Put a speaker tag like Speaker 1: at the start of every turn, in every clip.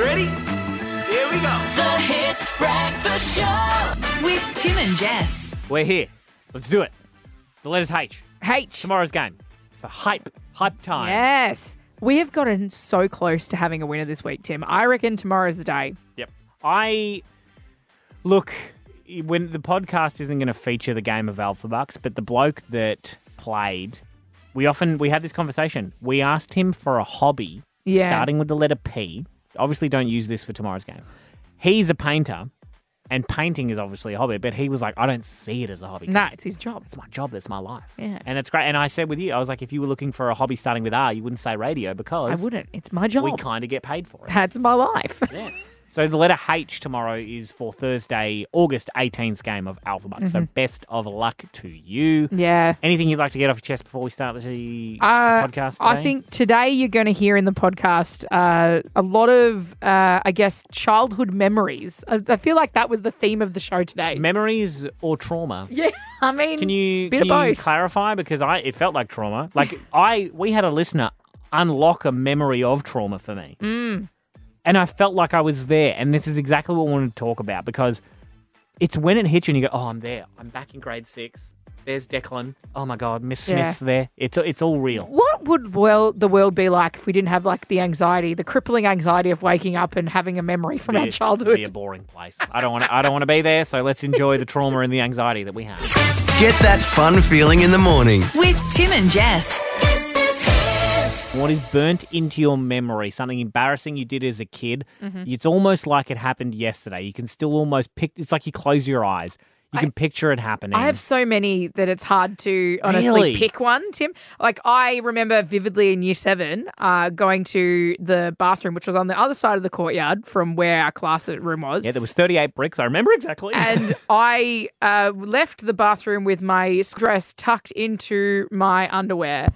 Speaker 1: Ready? Here we go.
Speaker 2: The Hit Breakfast Show with Tim and Jess.
Speaker 3: We're here. Let's do it. The letters H.
Speaker 4: H.
Speaker 3: Tomorrow's game for hype. Hype time.
Speaker 4: Yes. We have gotten so close to having a winner this week, Tim. I reckon tomorrow's the day.
Speaker 3: Yep. I look when the podcast isn't going to feature the game of Alpha Bucks, but the bloke that played, we often we had this conversation. We asked him for a hobby,
Speaker 4: Yeah.
Speaker 3: starting with the letter P. Obviously, don't use this for tomorrow's game. He's a painter, and painting is obviously a hobby. But he was like, I don't see it as a hobby.
Speaker 4: No, it's his job.
Speaker 3: It's my job. That's my life.
Speaker 4: Yeah.
Speaker 3: And it's great. And I said with you, I was like, if you were looking for a hobby starting with R, you wouldn't say radio
Speaker 4: I
Speaker 3: because
Speaker 4: wouldn't. It's my job.
Speaker 3: we kind of get paid for it.
Speaker 4: That's my life.
Speaker 3: Yeah. So the letter H tomorrow is for Thursday, August 18th game of Alpha Bucks. So best of luck to you.
Speaker 4: Mm-hmm. yeah.
Speaker 3: Anything you'd like to get off your chest before we start the, the
Speaker 4: Uh,
Speaker 3: podcast?
Speaker 4: I
Speaker 3: today?
Speaker 4: think today you're going to hear in the podcast uh, a lot of, uh, I guess, childhood memories. I, I feel like that was the theme of the show today.
Speaker 3: memories or trauma.
Speaker 4: yeah, I mean,
Speaker 3: Can you,
Speaker 4: bit
Speaker 3: can
Speaker 4: of
Speaker 3: you
Speaker 4: both.
Speaker 3: clarify? Because I it felt like trauma. Like I we had a listener unlock a memory of trauma for me.
Speaker 4: Mm.
Speaker 3: And I felt like I was there. And this is exactly what I wanted to talk about because it's when it hits you and you go, Oh, I'm there. I'm back in grade six. There's Declan. Oh my god, Miss
Speaker 4: Yeah.
Speaker 3: Smith's there. It's it's all real.
Speaker 4: what would well the world be like if we didn't have like the anxiety, the crippling anxiety of waking up and having a memory from our
Speaker 3: Be-
Speaker 4: childhood?
Speaker 3: Be a boring place. I don't want to. I don't want to be there. So let's enjoy the trauma and the anxiety that we have.
Speaker 1: Get that fun feeling in the morning.
Speaker 2: With Tim and Jess.
Speaker 3: What is burnt into your memory? Something embarrassing you did as a kid.
Speaker 4: Mm-hmm.
Speaker 3: It's almost like it happened yesterday. You can still almost pick. It's like you close your eyes. You can picture it happening.
Speaker 4: I have so many that it's hard to honestly
Speaker 3: Mm. Really?
Speaker 4: pick one, Tim. Like I remember vividly in year seven, uh, going to the bathroom, which was on the other side of the courtyard from where our classroom was.
Speaker 3: Yeah, there was 38 bricks. I remember exactly.
Speaker 4: and I uh, left the bathroom with my dress tucked into my underwear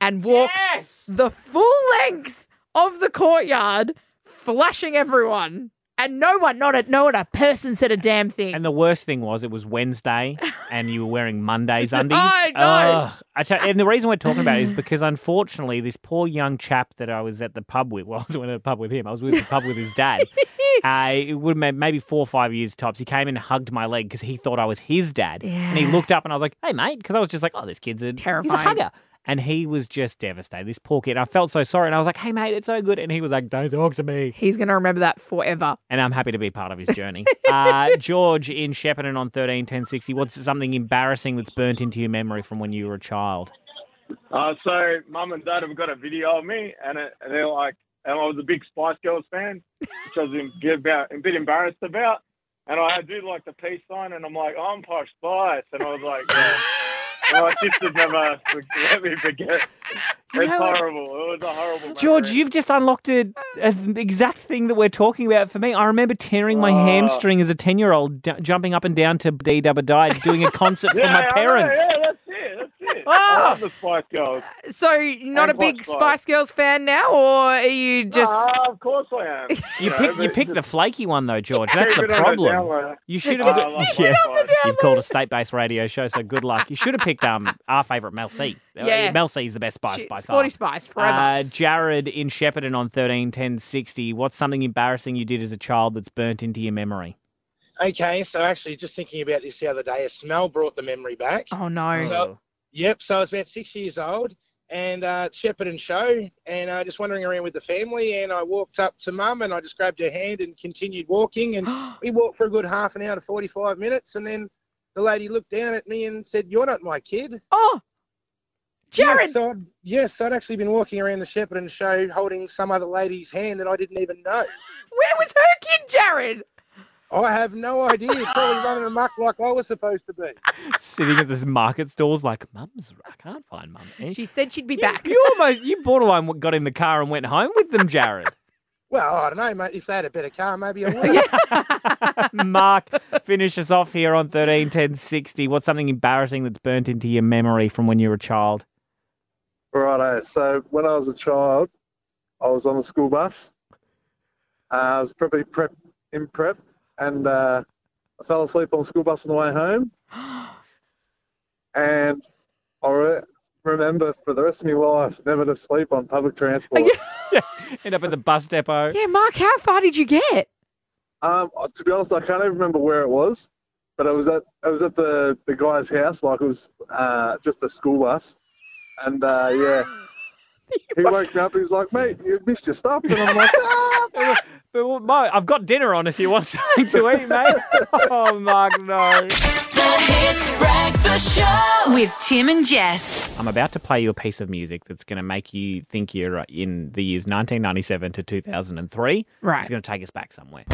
Speaker 4: and walked
Speaker 3: Yes!
Speaker 4: the full length of the courtyard, flashing everyone. And no one, not a, no one, a person said a damn thing.
Speaker 3: And the worst thing was it was Wednesday and you were wearing Monday's undies.
Speaker 4: I know.
Speaker 3: Ugh. I tell- and the reason we're talking about it is because unfortunately this poor young chap that I was at the pub with, well, I wasn't at the pub with him, I was at the pub with his dad. Uh, it would have been maybe four or five years tops. He came and hugged my leg because he thought I was his dad. And he looked up and I was like, hey, mate, because I was just like, oh, this kid's a, He's a
Speaker 4: Terrifying.
Speaker 3: hugger. And he was just devastated, this poor kid. And I felt so sorry. And I was like, hey, mate, it's so good. And he was like, don't talk to me
Speaker 4: He's going to remember that forever.
Speaker 3: and I'm happy to be part of his journey. uh, George in Shepparton on thirteen ten sixty. What's something embarrassing that's burnt into your memory from when you were a child?
Speaker 5: Uh, so mum and dad have got a video of me, and, it, and they're like, and I was a big Spice Girls fan, which I was em- get about, a bit embarrassed about. And I do like the peace sign, and I'm like, "Oh, I'm Posh Spice, and I was like, yeah. And my sisters never for- let me forget. It's
Speaker 3: know what?
Speaker 5: horrible. It was a horrible.
Speaker 3: George,
Speaker 5: memory.
Speaker 3: you've just unlocked a, a exact thing that we're talking about for me. I remember tearing my
Speaker 5: Oh.
Speaker 3: hamstring as a ten year old, d- jumping up and down to D Dubba Die, doing a concert for
Speaker 5: yeah, I
Speaker 3: my
Speaker 5: know,
Speaker 3: parents. Ah!
Speaker 5: yeah, that's it. That's it. I love the Spice Girls.
Speaker 4: So, not
Speaker 5: And
Speaker 4: a big
Speaker 5: Black Spice.
Speaker 4: Spice Girls fan now, or are you just?
Speaker 5: Ah, of course I am.
Speaker 3: You
Speaker 5: know,
Speaker 3: pick, you
Speaker 5: but
Speaker 3: pick the flaky one though, George. That's
Speaker 5: keep
Speaker 3: the
Speaker 5: it on down
Speaker 3: problem.
Speaker 5: low.
Speaker 3: You should
Speaker 5: Ah,
Speaker 3: have.
Speaker 5: I love
Speaker 3: got-
Speaker 5: Black
Speaker 3: yeah.
Speaker 5: Spice.
Speaker 3: You've called a state-based radio show, so good luck. You should have picked um our favourite Mel C. Uh,
Speaker 4: Yeah.
Speaker 3: Mel C is the best spice
Speaker 4: Shit,
Speaker 3: by far.
Speaker 4: Sporty Spice forever.
Speaker 3: Uh, Jared in Shepparton on thirteen ten sixty. What's something embarrassing you did as a child that's burnt into your memory?
Speaker 6: Okay, so actually, just thinking about this the other day, a smell brought the memory back.
Speaker 3: Uh,
Speaker 4: oh no.
Speaker 6: So- Yep, so I was about six years old and uh, Shepherd and Show, and uh, just wandering around with the family. And I walked up to mum and I just grabbed her hand and continued walking. And we walked for a good half an hour to 45 minutes. And then the lady looked down at me and said, You're not my kid.
Speaker 4: oh, Jared.
Speaker 6: Yes, I'd, yes, I'd actually been walking around the Shepherd and Show holding some other lady's hand that I didn't even know.
Speaker 4: Where was her kid, Jared?
Speaker 6: I have no idea. Probably running amok like I was supposed to be.
Speaker 3: Sitting at this market stalls like, Mum's, I can't find Mum. And
Speaker 4: She said she'd be
Speaker 3: you,
Speaker 4: back.
Speaker 3: You almost, you borderline got in the car and went home with them, Jared.
Speaker 6: Well, I don't know, mate. If they had a better car, maybe I would.
Speaker 3: Mark, finish us off here on thirteen ten sixty. What's something embarrassing that's burnt into your memory from when you were a child?
Speaker 7: Righto. So when I was a child, I was on the school bus. Uh, I was probably prep in prep, and uh, I fell asleep on the school bus on the way home. and I re- remember for the rest of my life never to sleep on public transport.
Speaker 3: End up at the bus depot.
Speaker 4: Yeah, Mark, how far did you get?
Speaker 7: Um, to be honest, I can't even remember where it was, but I was at I was at the, the guy's house, like it was uh, just a school bus, and uh, yeah, he woke me up. He's like, "Mate, you missed your stop," and I'm like, "Ah,
Speaker 3: But well, Mo, I've got dinner on if you want something to eat, mate. Oh, Mark, no.
Speaker 2: The Hit Breakfast Show with Tim and Jess.
Speaker 3: I'm about to play you a piece of music that's going to make you think you're uh, in the years 1997 to 2003.
Speaker 4: Right.
Speaker 3: It's going to take us back somewhere.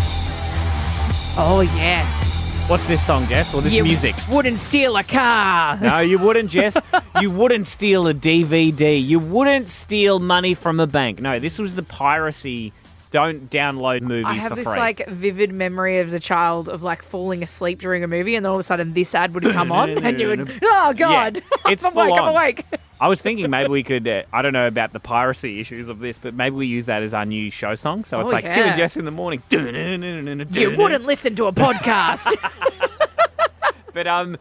Speaker 4: Oh, yes.
Speaker 3: What's this song, Jess? Or this
Speaker 4: you
Speaker 3: music?
Speaker 4: wouldn't steal a car.
Speaker 3: No, you wouldn't, Jess. you wouldn't steal a DVD. You wouldn't steal money from a bank. No, this was the piracy. Don't download movies
Speaker 4: I have
Speaker 3: for
Speaker 4: this
Speaker 3: free.
Speaker 4: like vivid memory as a child of like falling asleep during a movie, and then all of a sudden this ad would come on, and you would, oh god,
Speaker 3: it's
Speaker 4: I'm awake,
Speaker 3: full
Speaker 4: I'm
Speaker 3: on.
Speaker 4: awake.
Speaker 3: I was thinking maybe we could. Uh, I don't know about the piracy issues of this, but maybe we use that as our new show song. So it's
Speaker 4: Oh,
Speaker 3: like Tim
Speaker 4: yeah.
Speaker 3: and Jess in the morning.
Speaker 4: You
Speaker 3: You
Speaker 4: wouldn't listen to a podcast.
Speaker 3: But um,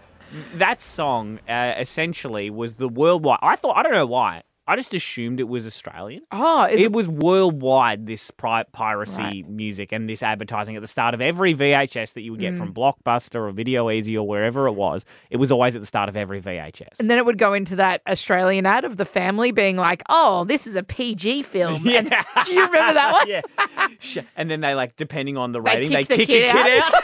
Speaker 3: that song uh, essentially was the worldwide. I thought I don't know why. I just assumed it was Australian.
Speaker 4: oh, is
Speaker 3: It
Speaker 4: it,
Speaker 3: was worldwide. This pri- piracy
Speaker 4: Right.
Speaker 3: music and this advertising at the start of every VHS that you would get from
Speaker 4: Mm.
Speaker 3: Blockbuster or Video Easy or wherever it was. It was always at the start of every VHS.
Speaker 4: and then it would go into that Australian ad of the family being like, oh, this is a PG film. And-
Speaker 3: yeah.
Speaker 4: do you remember that one?
Speaker 3: yeah. Sh- And then they like, depending on the
Speaker 4: They
Speaker 3: rating, they
Speaker 4: kick the
Speaker 3: kick
Speaker 4: kid
Speaker 3: a kid out.
Speaker 4: out.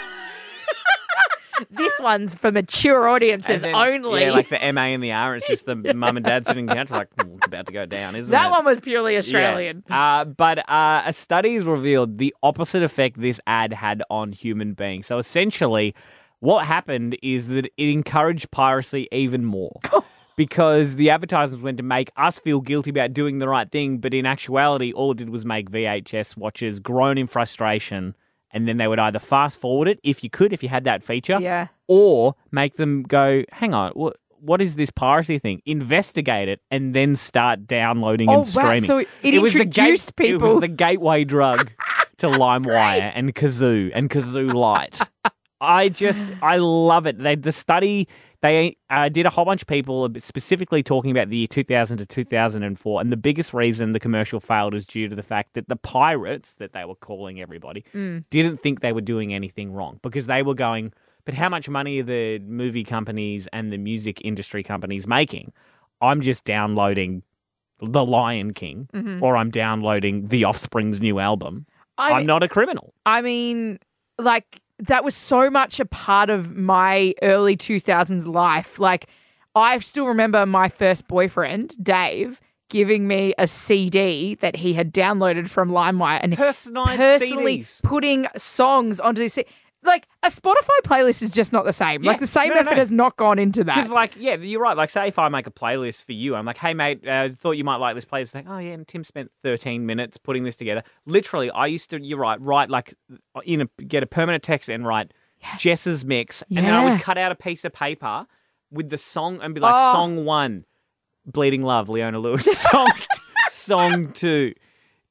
Speaker 4: This one's for mature audiences
Speaker 3: And then,
Speaker 4: only.
Speaker 3: Yeah, like the MA and the R. It's just the mum and dad sitting down. It's like, "Hmm, it's about to go down, isn't
Speaker 4: that
Speaker 3: it?
Speaker 4: one was purely
Speaker 3: Yeah.
Speaker 4: Australian.
Speaker 3: Uh, but uh, a study's revealed the opposite effect this ad had on human beings. So essentially, what happened is that it encouraged piracy even more. Because the advertisements went to make us feel guilty about doing the right thing, but in actuality, all it did was make VHS watchers groan in frustration, and then they would either fast forward it if you could, if you had that feature,
Speaker 4: Yeah.
Speaker 3: or make them go, hang on, what what is this piracy thing? Investigate it and then start downloading
Speaker 4: Oh, wow.
Speaker 3: and streaming.
Speaker 4: So it
Speaker 3: was the
Speaker 4: introduced
Speaker 3: It was
Speaker 4: people.
Speaker 3: the gateway drug to LimeWire and Kazoo and Kazoo Lite. I just, I love it. They, the study, they uh, did a whole bunch of people specifically talking about the year 2000 to 2004. And the biggest reason the commercial failed is due to the fact that the pirates, that they were calling everybody,
Speaker 4: Mm.
Speaker 3: didn't think they were doing anything wrong because they were going, but how much money are the movie companies and the music industry companies making? I'm just downloading The Lion King or I'm downloading The Offspring's new album.
Speaker 4: Mm-hmm. I
Speaker 3: I'm,
Speaker 4: mean-
Speaker 3: not a criminal.
Speaker 4: I mean, like that was so much a part of my early 2000s life. Like I still remember my first boyfriend, Dave, giving me a CD that he had downloaded from LimeWire and
Speaker 3: Personalized
Speaker 4: personally
Speaker 3: CDs.
Speaker 4: putting songs onto this. Like a Spotify playlist is just not the same.
Speaker 3: Yeah.
Speaker 4: Like the same
Speaker 3: No, no,
Speaker 4: effort
Speaker 3: no.
Speaker 4: has not gone into that.
Speaker 3: Because, like, yeah, you're right. Like, say if I make a playlist for you, I'm like, hey, mate, uh, thought you might like this playlist. Like, oh, yeah, and Tim spent 13 minutes putting this together. Literally, I used to, you're right, write like, uh, in a, get a permanent text and write Jess's mix. And then I
Speaker 4: Yeah.
Speaker 3: would cut out a piece of paper with the song and be like,
Speaker 4: Oh.
Speaker 3: song one, Bleeding Love, Leona Lewis. song, song two,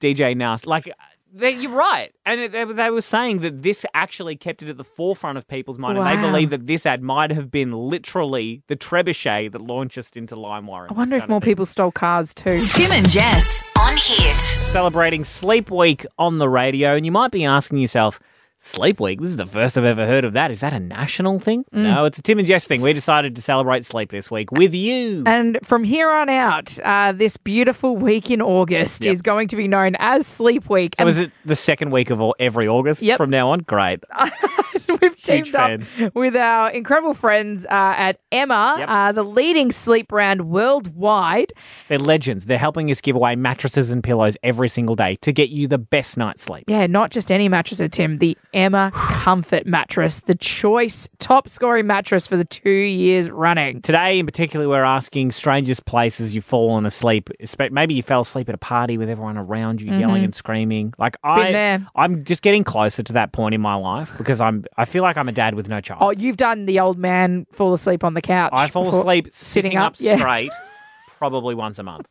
Speaker 3: DJ Nas. Like, uh, they, you're right. And it- they, were- they were saying that this actually kept it at the forefront of people's mind. And they
Speaker 4: Wow.
Speaker 3: believe that this ad might have been literally the trebuchet that launched us into LimeWire.
Speaker 4: I
Speaker 3: and this
Speaker 4: wonder if
Speaker 3: kind of
Speaker 4: more
Speaker 3: thing.
Speaker 4: people stole cars too.
Speaker 2: Tim and Jess on Hit.
Speaker 3: Celebrating Sleep Week on the radio. And you might be asking yourself, Sleep Week? This is the first I've ever heard of that. Is that a national thing?
Speaker 4: Mm.
Speaker 3: No, it's a Tim and Jess thing. We decided to celebrate sleep this week with you.
Speaker 4: And from here on out, uh, this beautiful week in August
Speaker 3: Yep.
Speaker 4: is going to be known as Sleep Week.
Speaker 3: So
Speaker 4: And
Speaker 3: is it the second week of all, every August
Speaker 4: Um, Yep. Uh,
Speaker 3: from now on? Great.
Speaker 4: We've teamed
Speaker 3: fan.
Speaker 4: up with our incredible friends uh, at Emma,
Speaker 3: Yep.
Speaker 4: uh, the leading sleep brand worldwide.
Speaker 3: They're legends. They're helping us give away mattresses and pillows every single day to get you the best night's sleep.
Speaker 4: Yeah, not just any mattress, at Tim, the Emma Comfort Mattress, the choice top scoring mattress for the two years running.
Speaker 3: Today, in particular, we're asking strangest places you've fallen asleep. Espe- Maybe you fell asleep at a party with everyone around you yelling and screaming. Like I,
Speaker 4: Mm-hmm. there.
Speaker 3: I'm just getting closer to that point in my life because I'm. I feel like I'm a dad with no child.
Speaker 4: Oh, you've done the old man fall asleep on the couch.
Speaker 3: I fall
Speaker 4: before-
Speaker 3: asleep
Speaker 4: sitting
Speaker 3: sitting up,
Speaker 4: up, yeah.
Speaker 3: straight, probably once a month.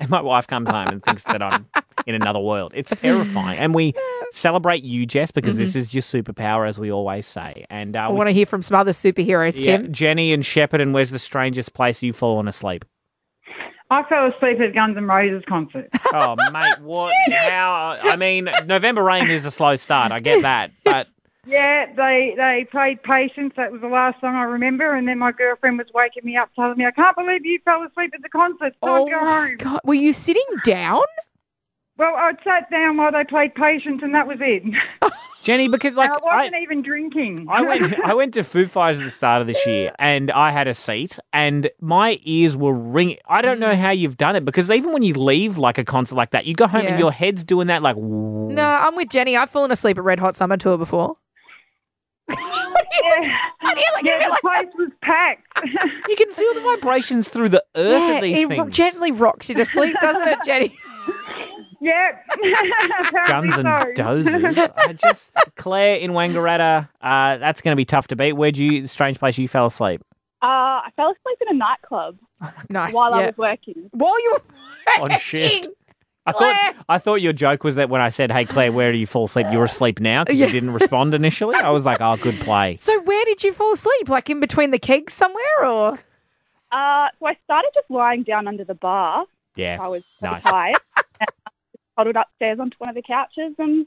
Speaker 3: And my wife comes home and thinks that I'm in another world. It's terrifying. And we celebrate you, Jess, because this is your superpower, as we always say. And uh,
Speaker 4: Mm-hmm. I
Speaker 3: we
Speaker 4: want to hear from some other superheroes,
Speaker 3: Yeah,
Speaker 4: Tim.
Speaker 3: Jenny and Shepherd, and where's the strangest place you've fallen asleep?
Speaker 8: I fell asleep at Guns N' Roses concert.
Speaker 3: Oh, mate, what? How? I mean, November Rain is a slow start. I get that, but
Speaker 8: Yeah, they they played Patience. That was the last song I remember. And then my girlfriend was waking me up, telling me, "I can't believe you fell asleep at the concert. Time
Speaker 4: Oh
Speaker 8: to go
Speaker 4: my
Speaker 8: home."
Speaker 4: god! Were you sitting down?
Speaker 8: Well, I sat down while they played Patience, and that was it.
Speaker 3: Jenny, because like
Speaker 8: I
Speaker 3: I,
Speaker 8: wasn't even drinking.
Speaker 3: I went I went to Foo Fighters at the start of this year, and I had a seat, and my ears were ringing. I don't
Speaker 4: Mm.
Speaker 3: know how you've done it because even when you leave like a concert like that, you go home
Speaker 4: Yeah.
Speaker 3: and your head's doing that like. No,
Speaker 4: No, I'm with Jenny. I've fallen asleep at Red Hot Summer Tour before.
Speaker 8: yeah,
Speaker 4: you like-
Speaker 8: yeah
Speaker 4: you
Speaker 8: the
Speaker 4: like-
Speaker 8: place was packed.
Speaker 3: You can feel the vibrations through the earth
Speaker 4: yeah,
Speaker 3: of these
Speaker 4: it ro-
Speaker 3: things.
Speaker 4: gently rocks you to sleep, doesn't it, Jenny?
Speaker 8: yeah, Apparently
Speaker 3: Guns and
Speaker 8: so.
Speaker 3: dozers. I just Claire in Wangaratta. Uh, that's going to be tough to beat. Where'd you? Strange place you fell asleep.
Speaker 9: Uh, I fell asleep in a nightclub
Speaker 4: Nice.
Speaker 9: while I
Speaker 4: yeah.
Speaker 9: was working.
Speaker 4: While you were
Speaker 3: On shift.
Speaker 4: working.
Speaker 3: I
Speaker 4: Claire!
Speaker 3: thought I thought your joke was that when I said, "Hey Claire, where do you fall asleep?" You were asleep now because
Speaker 4: Yeah.
Speaker 3: you didn't respond initially. I was like, "Oh, good play."
Speaker 4: So where did you fall asleep? Like in between the kegs somewhere, or
Speaker 9: Uh, so I started just lying down under the bar. I
Speaker 3: Yeah,
Speaker 9: was so
Speaker 3: Nice.
Speaker 9: tired. and I toddled upstairs onto one of the couches and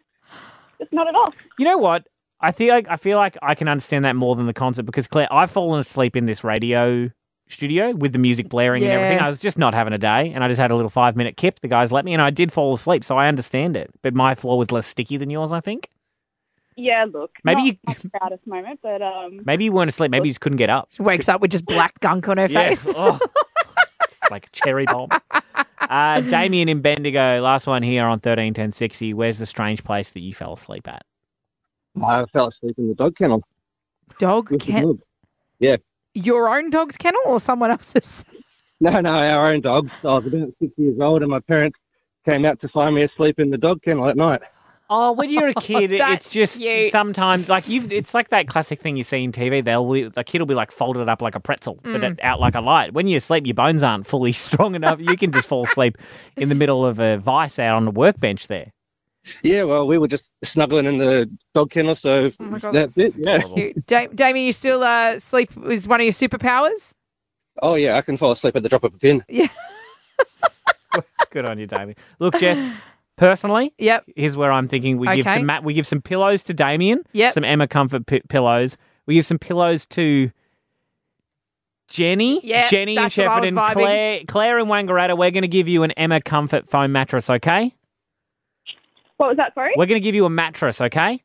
Speaker 9: just nodded off.
Speaker 3: you know what? I feel like I feel like I can understand that more than the concert because Claire, I've fallen asleep in this radio studio with the music blaring and everything.
Speaker 4: Yeah.
Speaker 3: I was just not having a day, and I just had a little five minute kip. The guys let me, and I did fall asleep, so I understand it. But my floor was less sticky than yours, I think.
Speaker 9: Yeah, look.
Speaker 3: Maybe
Speaker 9: not
Speaker 3: you-
Speaker 9: my proudest moment, but um,
Speaker 3: Maybe you weren't asleep. Maybe you just couldn't get up.
Speaker 4: she wakes up with just black gunk on her face.
Speaker 3: Yeah. Oh. It's like a cherry bomb. Uh, Damien in Bendigo, last one here on 131060. Where's the strange place that you fell asleep at?
Speaker 10: I fell asleep in the dog kennel.
Speaker 4: Dog
Speaker 10: with the
Speaker 4: kennel.
Speaker 10: dog. Yeah.
Speaker 4: Your own dog's kennel or someone else's?
Speaker 10: No, no, our own dog. I was about six years old, and my parents came out to find me asleep in the dog kennel at night.
Speaker 3: Oh, when you're a kid,
Speaker 4: That's
Speaker 3: it's just
Speaker 4: cute.
Speaker 3: sometimes like you've. It's like that classic thing you see in TV. They'll be- the kid will be like folded up like a pretzel, but it- out like a light. When you sleep, your bones aren't fully strong enough. You can just fall asleep in the middle of a vice out on the workbench there.
Speaker 10: Yeah, well, we were just snuggling in the dog kennel, so
Speaker 4: Oh my God,
Speaker 10: that's it.
Speaker 4: that's
Speaker 10: Yeah.
Speaker 4: Cute. Da- Damien, you still uh, sleep is one of your superpowers?
Speaker 10: Oh yeah, I can fall asleep at the drop of a pin.
Speaker 3: Good on you, Damien. Look, Jess. Personally,
Speaker 4: Yep.
Speaker 3: here's where I'm thinking we give
Speaker 4: Okay.
Speaker 3: some mat, we give some pillows to Damien.
Speaker 4: Yep.
Speaker 3: Some Emma Comfort pi pillows. We give some pillows to Jenny.
Speaker 4: Yeah,
Speaker 3: Jenny and
Speaker 4: that's what I
Speaker 3: Shepherd
Speaker 4: was
Speaker 3: and
Speaker 4: vibing.
Speaker 3: Claire. Claire and Wangaratta. We're going to give you an Emma Comfort foam mattress. Okay.
Speaker 9: what was that? Sorry.
Speaker 3: We're going to give you a mattress. Okay.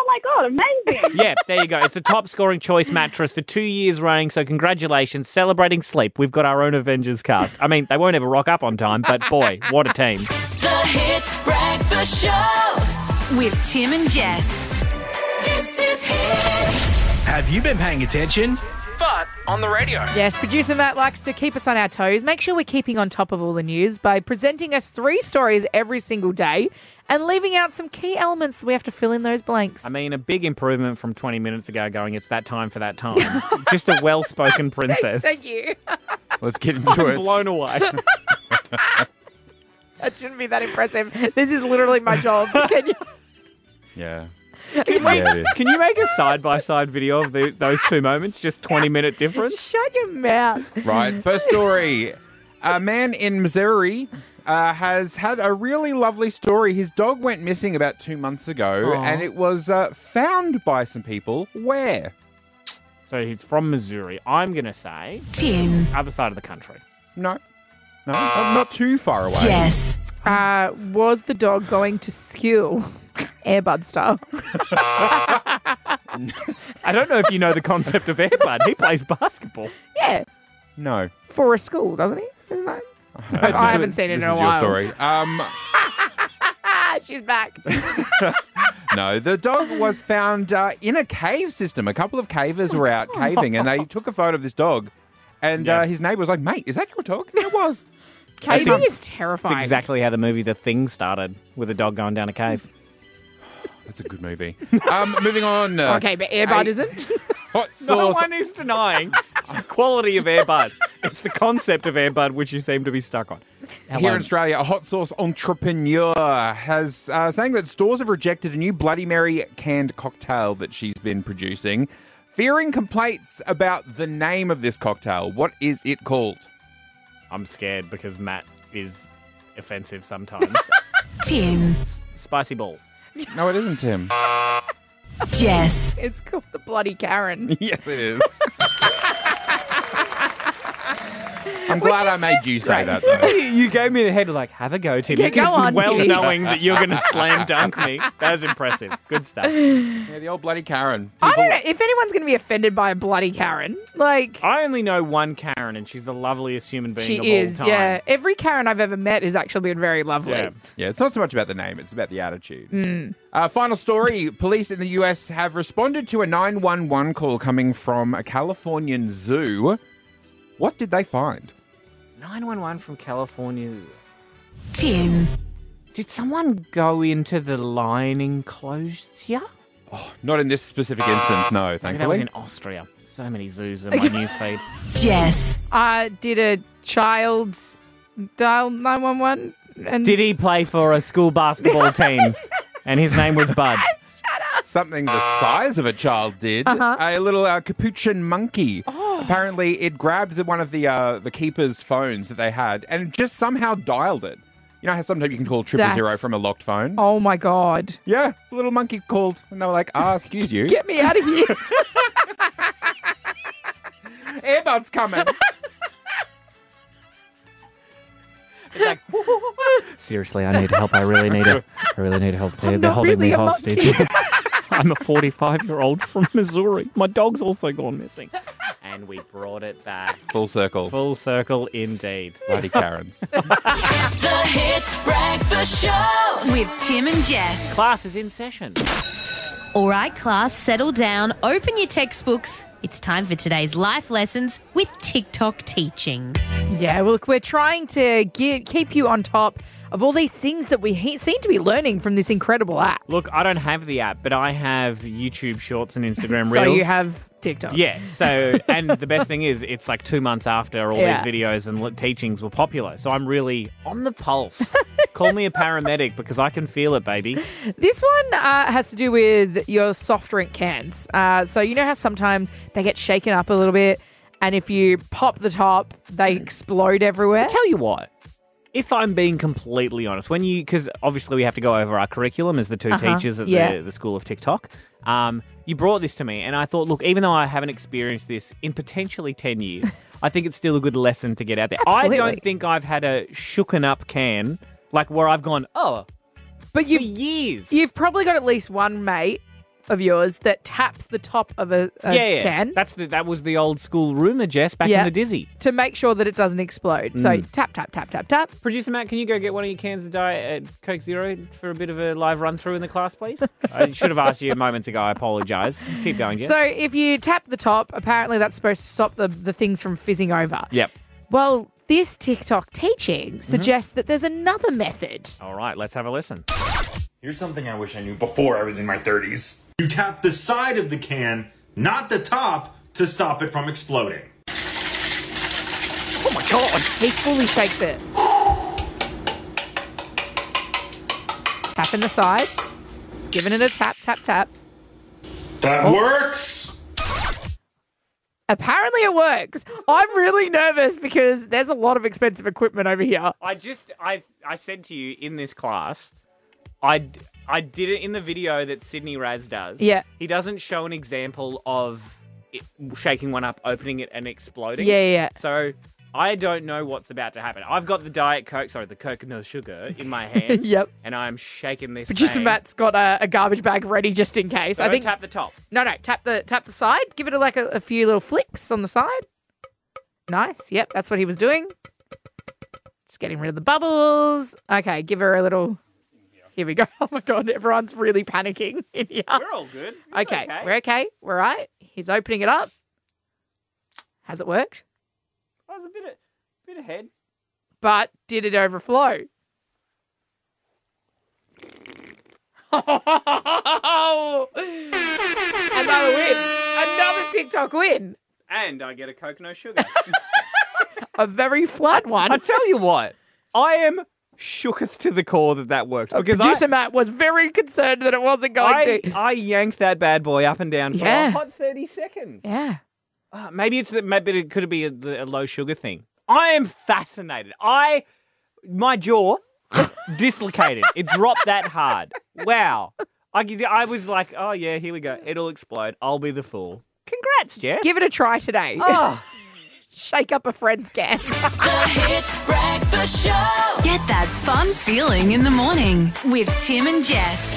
Speaker 9: Oh my god, amazing!
Speaker 3: Yeah. There you go. It's the top scoring choice mattress for two years running. So congratulations, celebrating sleep. We've got our own Avengers cast. I mean, they won't ever rock up on time, but boy, what a team.
Speaker 2: The Hit Breakfast Show with Tim and Jess. This is Hit.
Speaker 1: Have you been paying attention? But on the radio.
Speaker 4: Yes, producer Matt likes to keep us on our toes. Make sure we're keeping on top of all the news by presenting us three stories every single day and leaving out some key elements that we have to fill in those blanks.
Speaker 3: I mean, a big improvement from 20 minutes ago going, it's that time for that time. Just a well spoken princess.
Speaker 4: Thank you.
Speaker 1: Let's get into it.
Speaker 3: Blown away.
Speaker 4: That shouldn't be that impressive. This is literally my job. Can you?
Speaker 1: Yeah.
Speaker 3: yeah,
Speaker 1: it is.
Speaker 3: Can you make a side by side video of the, those two moments? Just 20 minute difference?
Speaker 4: Shut your mouth.
Speaker 11: Right, first story. A man in Missouri uh, has had a really lovely story. His dog went missing about two months ago,
Speaker 3: Aw.
Speaker 11: and it was uh, found by some people. Where?
Speaker 3: So he's from Missouri. I'm going to say
Speaker 2: Tim,
Speaker 3: other side of the country.
Speaker 11: No, no, not, not too far away.
Speaker 2: Jess,
Speaker 4: Uh, was the dog going to school? Airbud style.
Speaker 3: I don't know if you know the concept of Airbud. He plays basketball.
Speaker 4: Yeah,
Speaker 11: No,
Speaker 4: for a school, doesn't he? Isn't that?
Speaker 11: I
Speaker 4: Oh, haven't seen it in
Speaker 11: This
Speaker 4: a
Speaker 11: is
Speaker 4: while.
Speaker 11: your story. Um,
Speaker 4: Ah, she's back.
Speaker 11: no, the dog was found uh, in a cave system. A couple of cavers were out caving, and they took a photo of this dog. And
Speaker 3: Yeah.
Speaker 11: uh, his neighbor was like, "Mate, is that your dog?" And it was.
Speaker 4: Caving
Speaker 3: ex-
Speaker 4: is terrifying.
Speaker 3: That's exactly how the movie The Thing started with a dog going down a cave.
Speaker 11: That's a good movie. Um, moving on. uh,
Speaker 4: Okay, but Airbud
Speaker 11: Hey.
Speaker 4: isn't.
Speaker 11: Hot
Speaker 3: No
Speaker 11: sauce.
Speaker 3: one is denying the quality of Airbud. It's the concept of Airbud which you seem to be stuck on.
Speaker 11: Here in Australia, a hot sauce entrepreneur has uh, saying that stores have rejected a new Bloody Mary canned cocktail that she's been producing, fearing complaints about the name of this cocktail. What is it called?
Speaker 3: I'm scared because Matt is offensive sometimes.
Speaker 2: Tim.
Speaker 3: Spicy balls.
Speaker 11: No, it isn't Tim.
Speaker 2: Jess.
Speaker 4: It's called the bloody Karen.
Speaker 11: yes, it is. I'm glad I made you say that, though.
Speaker 3: you gave me the head like, have a go, Tim.
Speaker 11: Yeah, go
Speaker 3: Just
Speaker 11: on,
Speaker 3: well
Speaker 11: Tim.
Speaker 3: knowing that you're going to slam dunk me. That was impressive. Good stuff.
Speaker 11: Yeah, the old bloody Karen.
Speaker 4: I don't know if anyone's going to be offended by a bloody Karen. Like
Speaker 3: I only know one Karen, and she's the loveliest human being of
Speaker 4: she is.
Speaker 3: all time.
Speaker 4: Yeah, every Karen I've ever met is actually very lovely.
Speaker 11: Yeah. yeah, it's not so much about the name, it's about the attitude.
Speaker 3: Hmm.
Speaker 4: Mm.
Speaker 11: Uh, final story police in the US have responded to a 911 call coming from a Californian zoo. What did they find?
Speaker 3: 911 from California.
Speaker 2: Tim.
Speaker 3: Did someone go into the lion enclosure?
Speaker 11: Not in this specific instance, no,
Speaker 3: Maybe
Speaker 11: thankfully.
Speaker 3: that was in Austria. So many zoos in my newsfeed.
Speaker 2: Jess.
Speaker 4: Uh, did a child dial 911? And
Speaker 3: Did he play for a school basketball team? And his name was Bud.
Speaker 11: Something the size of a child did.
Speaker 3: Uh-huh. Oh.
Speaker 11: A little uh, capuchin monkey. Apparently, it grabbed the, one of the uh, the keeper's phones that they had and just somehow dialed it. You know how sometimes you can call triple zero
Speaker 4: That's-
Speaker 11: from a locked phone.
Speaker 4: Oh my god.
Speaker 11: Yeah, the little monkey called, and they were like, "Ah, excuse you,
Speaker 4: Get me out of here.
Speaker 11: Airbud's coming."
Speaker 3: Seriously, I need help. I really need it. I really need help. They're, they're holding me hostage. I'm a 45 year old from Missouri. My dog's also gone missing. And we brought it back.
Speaker 11: Full circle.
Speaker 3: Full circle indeed.
Speaker 11: Bloody Karens.
Speaker 2: The Hit Breakfast Show with Tim and Jess.
Speaker 3: Class is in session.
Speaker 12: All right, class, settle down, open your textbooks. It's time for today's life lessons with TikTok teachings.
Speaker 4: Yeah, well, look, we're trying to give, keep you on top of all these things that we he- seem to be learning from this incredible app.
Speaker 3: Look, I don't have the app, but I have YouTube Shorts and Instagram Reels.
Speaker 4: So you have TikTok.
Speaker 3: Yeah. So, and the best thing is, it's like two months after all
Speaker 4: Yeah.
Speaker 3: these videos and li- teachings were popular. So I'm really on the pulse. Call me a paramedic because I can feel it, baby.
Speaker 4: This one uh, has to do with your soft drink cans. Uh, so you know how sometimes they get shaken up a little bit, and if you pop the top, they
Speaker 3: Mm.
Speaker 4: explode everywhere.
Speaker 3: tell you what. If I'm being completely honest, when you because obviously we have to go over our curriculum as the 2
Speaker 4: Uh-huh.
Speaker 3: teachers at
Speaker 4: Yeah.
Speaker 3: the, the School of TikTok, um, you brought this to me, and I thought, look, even though I haven't experienced this in potentially ten years, I think it's still a good lesson to get out there. I
Speaker 4: Absolutely.
Speaker 3: don't think I've had a shooken up can like where I've gone, oh,
Speaker 4: but
Speaker 3: you years
Speaker 4: You've probably got at least one mate of yours that taps the top of a, a
Speaker 3: yeah, yeah.
Speaker 4: can
Speaker 3: That's the, that was the old school rumor, Jess, back
Speaker 4: Yeah.
Speaker 3: in the dizzy.
Speaker 4: to make sure that it doesn't explode. So
Speaker 3: Mm.
Speaker 4: tap, tap, tap, tap, tap.
Speaker 3: Producer Matt, can you go get one of your cans of diet uh, Coke Zero for a bit of a live run through in the class, please? I should have asked you moments ago. I apologise. Keep going, Jess.
Speaker 4: So if you tap the top, apparently that's supposed to stop the, the things from fizzing over.
Speaker 3: yep. Mm-hmm.
Speaker 4: Well, this TikTok teaching suggests that there's another method.
Speaker 3: All right, let's have a listen.
Speaker 13: Here's something I wish I knew before I was in my 30s. You tap the side of the can, not the top, to stop it from exploding.
Speaker 4: Oh my god. He fully shakes it. Tap in the side. Just giving it a tap, tap, tap.
Speaker 13: That works!
Speaker 4: Apparently it works. I'm really nervous because there's a lot of expensive equipment over here.
Speaker 3: I just I I said to you in this class, I d- I did it in the video that Sydney Raz does.
Speaker 4: Yeah.
Speaker 3: He doesn't show an example of it, shaking one up, opening it, and exploding.
Speaker 4: Yeah, yeah, yeah.
Speaker 3: So. I don't know what's about to happen. I've got the Diet Coke, sorry, the Coke no sugar in my hand.
Speaker 4: Yep.
Speaker 3: And I'm shaking this.
Speaker 4: Producer
Speaker 3: thing.
Speaker 4: Matt's got a, a garbage bag ready just in case.
Speaker 3: So
Speaker 4: I think
Speaker 3: tap the top.
Speaker 4: No, no, tap the tap the side. Give it a, like a, a few little flicks on the side. Nice. Yep, that's what he was doing. Just getting rid of the bubbles. Okay, give her a little. Here we go. Oh my god, everyone's really panicking in here.
Speaker 3: We're all good. It's
Speaker 4: okay, we're okay. We're right. He's opening it up. Has it worked?
Speaker 3: I was a bit, a bit ahead.
Speaker 4: But did it overflow? Another win. Another TikTok win.
Speaker 3: And I get a Coke no sugar.
Speaker 4: A very flat one.
Speaker 3: I tell you what, I am shooketh to the core that that worked because
Speaker 4: Producer
Speaker 3: I,
Speaker 4: Matt was very concerned that it wasn't going
Speaker 3: I,
Speaker 4: to.
Speaker 3: I yanked that bad boy up and down for
Speaker 4: Yeah.
Speaker 3: a hot thirty seconds. Ah,
Speaker 4: Yeah.
Speaker 3: Uh, maybe it's the, maybe it could be a, the- a low sugar thing. I am fascinated. I, my jaw dislocated. It dropped that hard. Wow. I, I was like, oh yeah, here we go. It'll explode. I'll be the fool. Congrats, Jess.
Speaker 4: Give it a try today.
Speaker 3: Oh.
Speaker 4: Shake up a friend's gas.
Speaker 2: The Hit Breakfast Show. Get that fun feeling in the morning with Tim and Jess.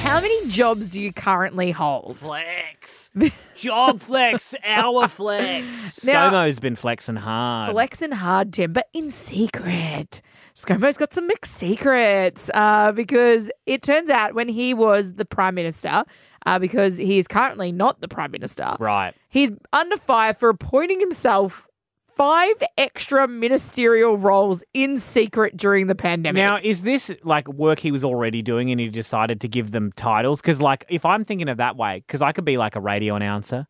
Speaker 4: How many jobs do you currently hold?
Speaker 3: Flex. Job flex. Hour flex.
Speaker 4: Now-
Speaker 3: ScoMo's been flexing hard.
Speaker 4: Flexing hard, Tim, but in secret. ScoMo's got some mixed secrets uh, because it turns out when he was the prime minister, uh, because he is currently not the prime minister,
Speaker 3: Right.
Speaker 4: he's under fire for appointing himself five extra ministerial roles in secret during the pandemic.
Speaker 3: Now, is this like work he was already doing and he decided to give them titles? Because, like, if I'm thinking of that way, because I could be like a radio announcer,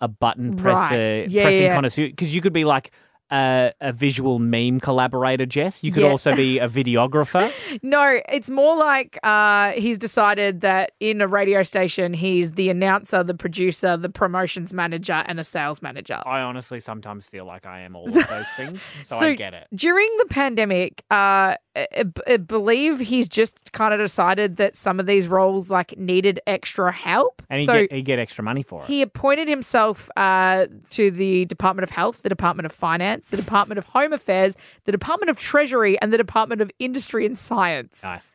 Speaker 3: a button presser,
Speaker 4: Right. Yeah,
Speaker 3: pressing
Speaker 4: yeah.
Speaker 3: connoisseur, because you could be like a, a visual meme collaborator, Jess. You could
Speaker 4: Yeah.
Speaker 3: also be a videographer.
Speaker 4: No, it's more like uh, he's decided that in a radio station, he's the announcer, the producer, the promotions manager, and a sales manager.
Speaker 3: I honestly sometimes feel like I am all of those things, so, I get it.
Speaker 4: During the pandemic, uh, I, I believe he's just kind of decided that some of these roles like needed extra help.
Speaker 3: And he
Speaker 4: so
Speaker 3: get he get extra money for it.
Speaker 4: he appointed himself uh, to the Department of Health, the Department of Finance, the Department of Home Affairs, the Department of Treasury, and the Department of Industry and Science.
Speaker 3: Nice.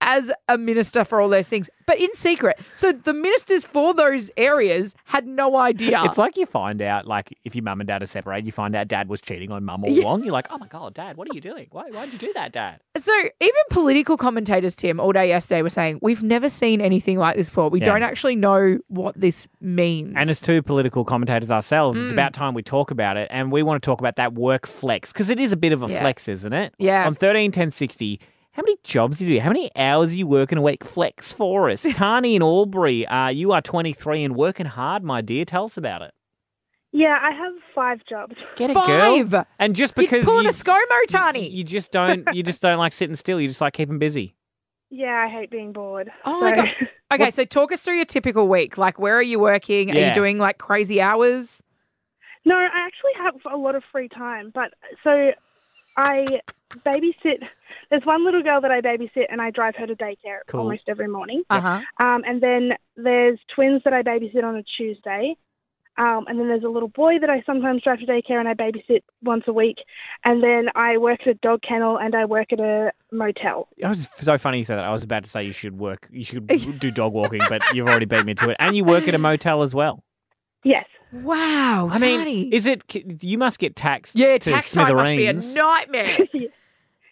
Speaker 4: As a minister for all those things, but in secret. So the ministers for those areas had no idea.
Speaker 3: It's like you find out, like, if your mum and dad are separated, you find out dad was cheating on mum all
Speaker 4: Yeah.
Speaker 3: along. You're like, oh my God, dad, what are you doing? Why, why'd you do that, dad?
Speaker 4: So even political commentators, Tim, all day yesterday were saying we've never seen anything like this before. We
Speaker 3: Yeah.
Speaker 4: don't actually know what this means.
Speaker 3: And as two political commentators ourselves, it's
Speaker 4: Mm.
Speaker 3: about time we talk about it. And we want to talk about that work flex because it is a bit of a
Speaker 4: Yeah.
Speaker 3: flex, isn't it?
Speaker 4: Yeah.
Speaker 3: On 13, 10, 60, how many jobs do you do? How many hours you work in a week? Flex for us. Tani and Aubrey, uh, you are 23 and working hard, my dear. Tell us about it.
Speaker 9: Yeah, I have five jobs.
Speaker 3: Get it, girl. And just because
Speaker 4: pulling
Speaker 3: you,
Speaker 4: a ScoMo, Tani.
Speaker 3: you just don't, you just don't like sitting still. You just like keeping busy.
Speaker 9: Yeah, I hate being bored.
Speaker 4: oh my
Speaker 9: So-
Speaker 4: god. Okay, so talk us through your typical week. Like, where are you working? Are
Speaker 3: Yeah.
Speaker 4: you doing like crazy hours?
Speaker 9: No, I actually have a lot of free time, but so I babysit. There's one little girl that I babysit, and I drive her to daycare
Speaker 14: Cool.
Speaker 9: almost every morning.
Speaker 14: Uh-huh.
Speaker 9: Um, and then there's twins that I babysit on a Tuesday. Um, and then there's a little boy that I sometimes drive to daycare and I babysit once a week. And then I work at a dog kennel and I work at a motel.
Speaker 3: It was so funny you said that. I was about to say you should work, you should do dog walking, but you've already beat me to it. And you work at a motel as well.
Speaker 9: Yes.
Speaker 4: Wow.
Speaker 3: I mean, is it? You must get taxed. Yeah, to
Speaker 4: Tax time must be a
Speaker 3: smithereens.
Speaker 4: nightmare.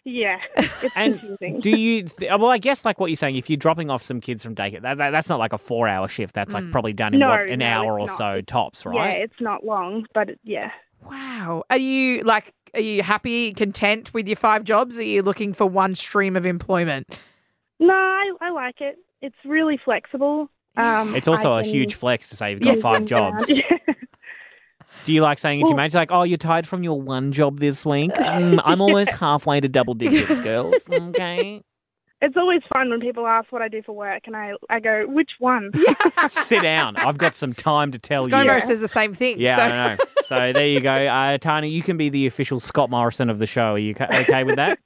Speaker 9: yeah. It's confusing.
Speaker 3: Do you? Th- uh, well, I guess like what you're saying, if you're dropping off some kids from daycare, that, that, that's not like a four-hour shift. That's like
Speaker 9: Mm.
Speaker 3: probably done in
Speaker 9: No,
Speaker 3: what, an
Speaker 9: no,
Speaker 3: hour or
Speaker 9: it's not.
Speaker 3: so tops,
Speaker 9: Yeah,
Speaker 3: right?
Speaker 9: it's not long, but it, yeah.
Speaker 4: Wow. Are you like, are you happy, content with your five jobs? Or are you looking for one stream of employment?
Speaker 9: No, I, I like it. It's really flexible. Um,
Speaker 3: It's also
Speaker 9: a
Speaker 3: a huge flex to say you've got five jobs. Do you like saying it to your
Speaker 9: Well-
Speaker 3: mates like, "Oh, you're tired from your one job this week? Mm, I'm almost halfway to double digits, girls." Okay.
Speaker 9: It's always fun when people ask what I do for work, and I, I go, which one?
Speaker 3: Sit down. I've got some time to tell
Speaker 4: ScoMo
Speaker 3: you.
Speaker 4: says the same thing.
Speaker 3: Yeah,
Speaker 4: so.
Speaker 3: I know. So there you go. Uh, Tani, you can be the official Scott Morrison of the show. Are you ca- okay with that?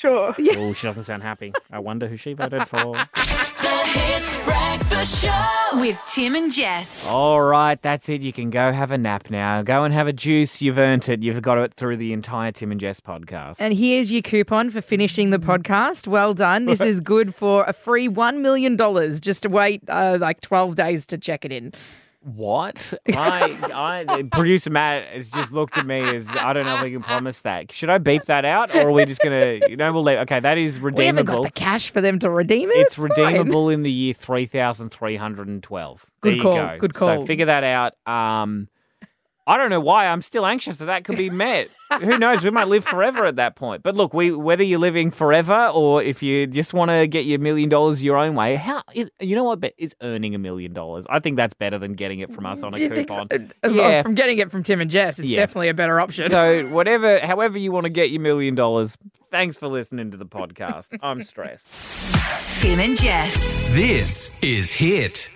Speaker 9: sure.
Speaker 3: Oh, she doesn't sound happy. I wonder who she voted for.
Speaker 2: The Hit Breakfast Show with Tim and Jess.
Speaker 3: All right, that's it. You can go have a nap now. Go and have a juice. You've earned it. You've got it through the entire Tim and Jess podcast.
Speaker 4: And here's your coupon for finishing the podcast. Well done. This is good for a free $1 million. Just to wait uh, like 12 days to check it in.
Speaker 3: what? I, I, producer Matt has just looked at me as I don't know if we can promise that. Should I beep that out, or are we just gonna? You know, we'll let. Okay, that is
Speaker 4: We haven't got
Speaker 3: redeemable.
Speaker 4: the cash for them to redeem it.
Speaker 3: It's
Speaker 4: fine.
Speaker 3: redeemable in the year 3312.
Speaker 4: Good
Speaker 3: there
Speaker 4: call,
Speaker 3: You go.
Speaker 4: good
Speaker 3: So
Speaker 4: call.
Speaker 3: figure that out. Um, I don't know why. I'm still anxious that that could be met. Who knows? We might live forever at that point. But look, we whether you're living forever or if you just want to get your million dollars your own way, how is you know what? But is earning a million dollars? I think that's better than getting it from us on a
Speaker 4: Do you think so?
Speaker 3: coupon.
Speaker 4: Uh,
Speaker 3: Yeah.
Speaker 4: From getting it from Tim and Jess, it's
Speaker 3: Yeah.
Speaker 4: definitely a better option.
Speaker 3: So whatever, however you want to get your million dollars. Thanks for listening to the podcast. I'm stressed.
Speaker 2: Tim and Jess.
Speaker 1: This is Hit.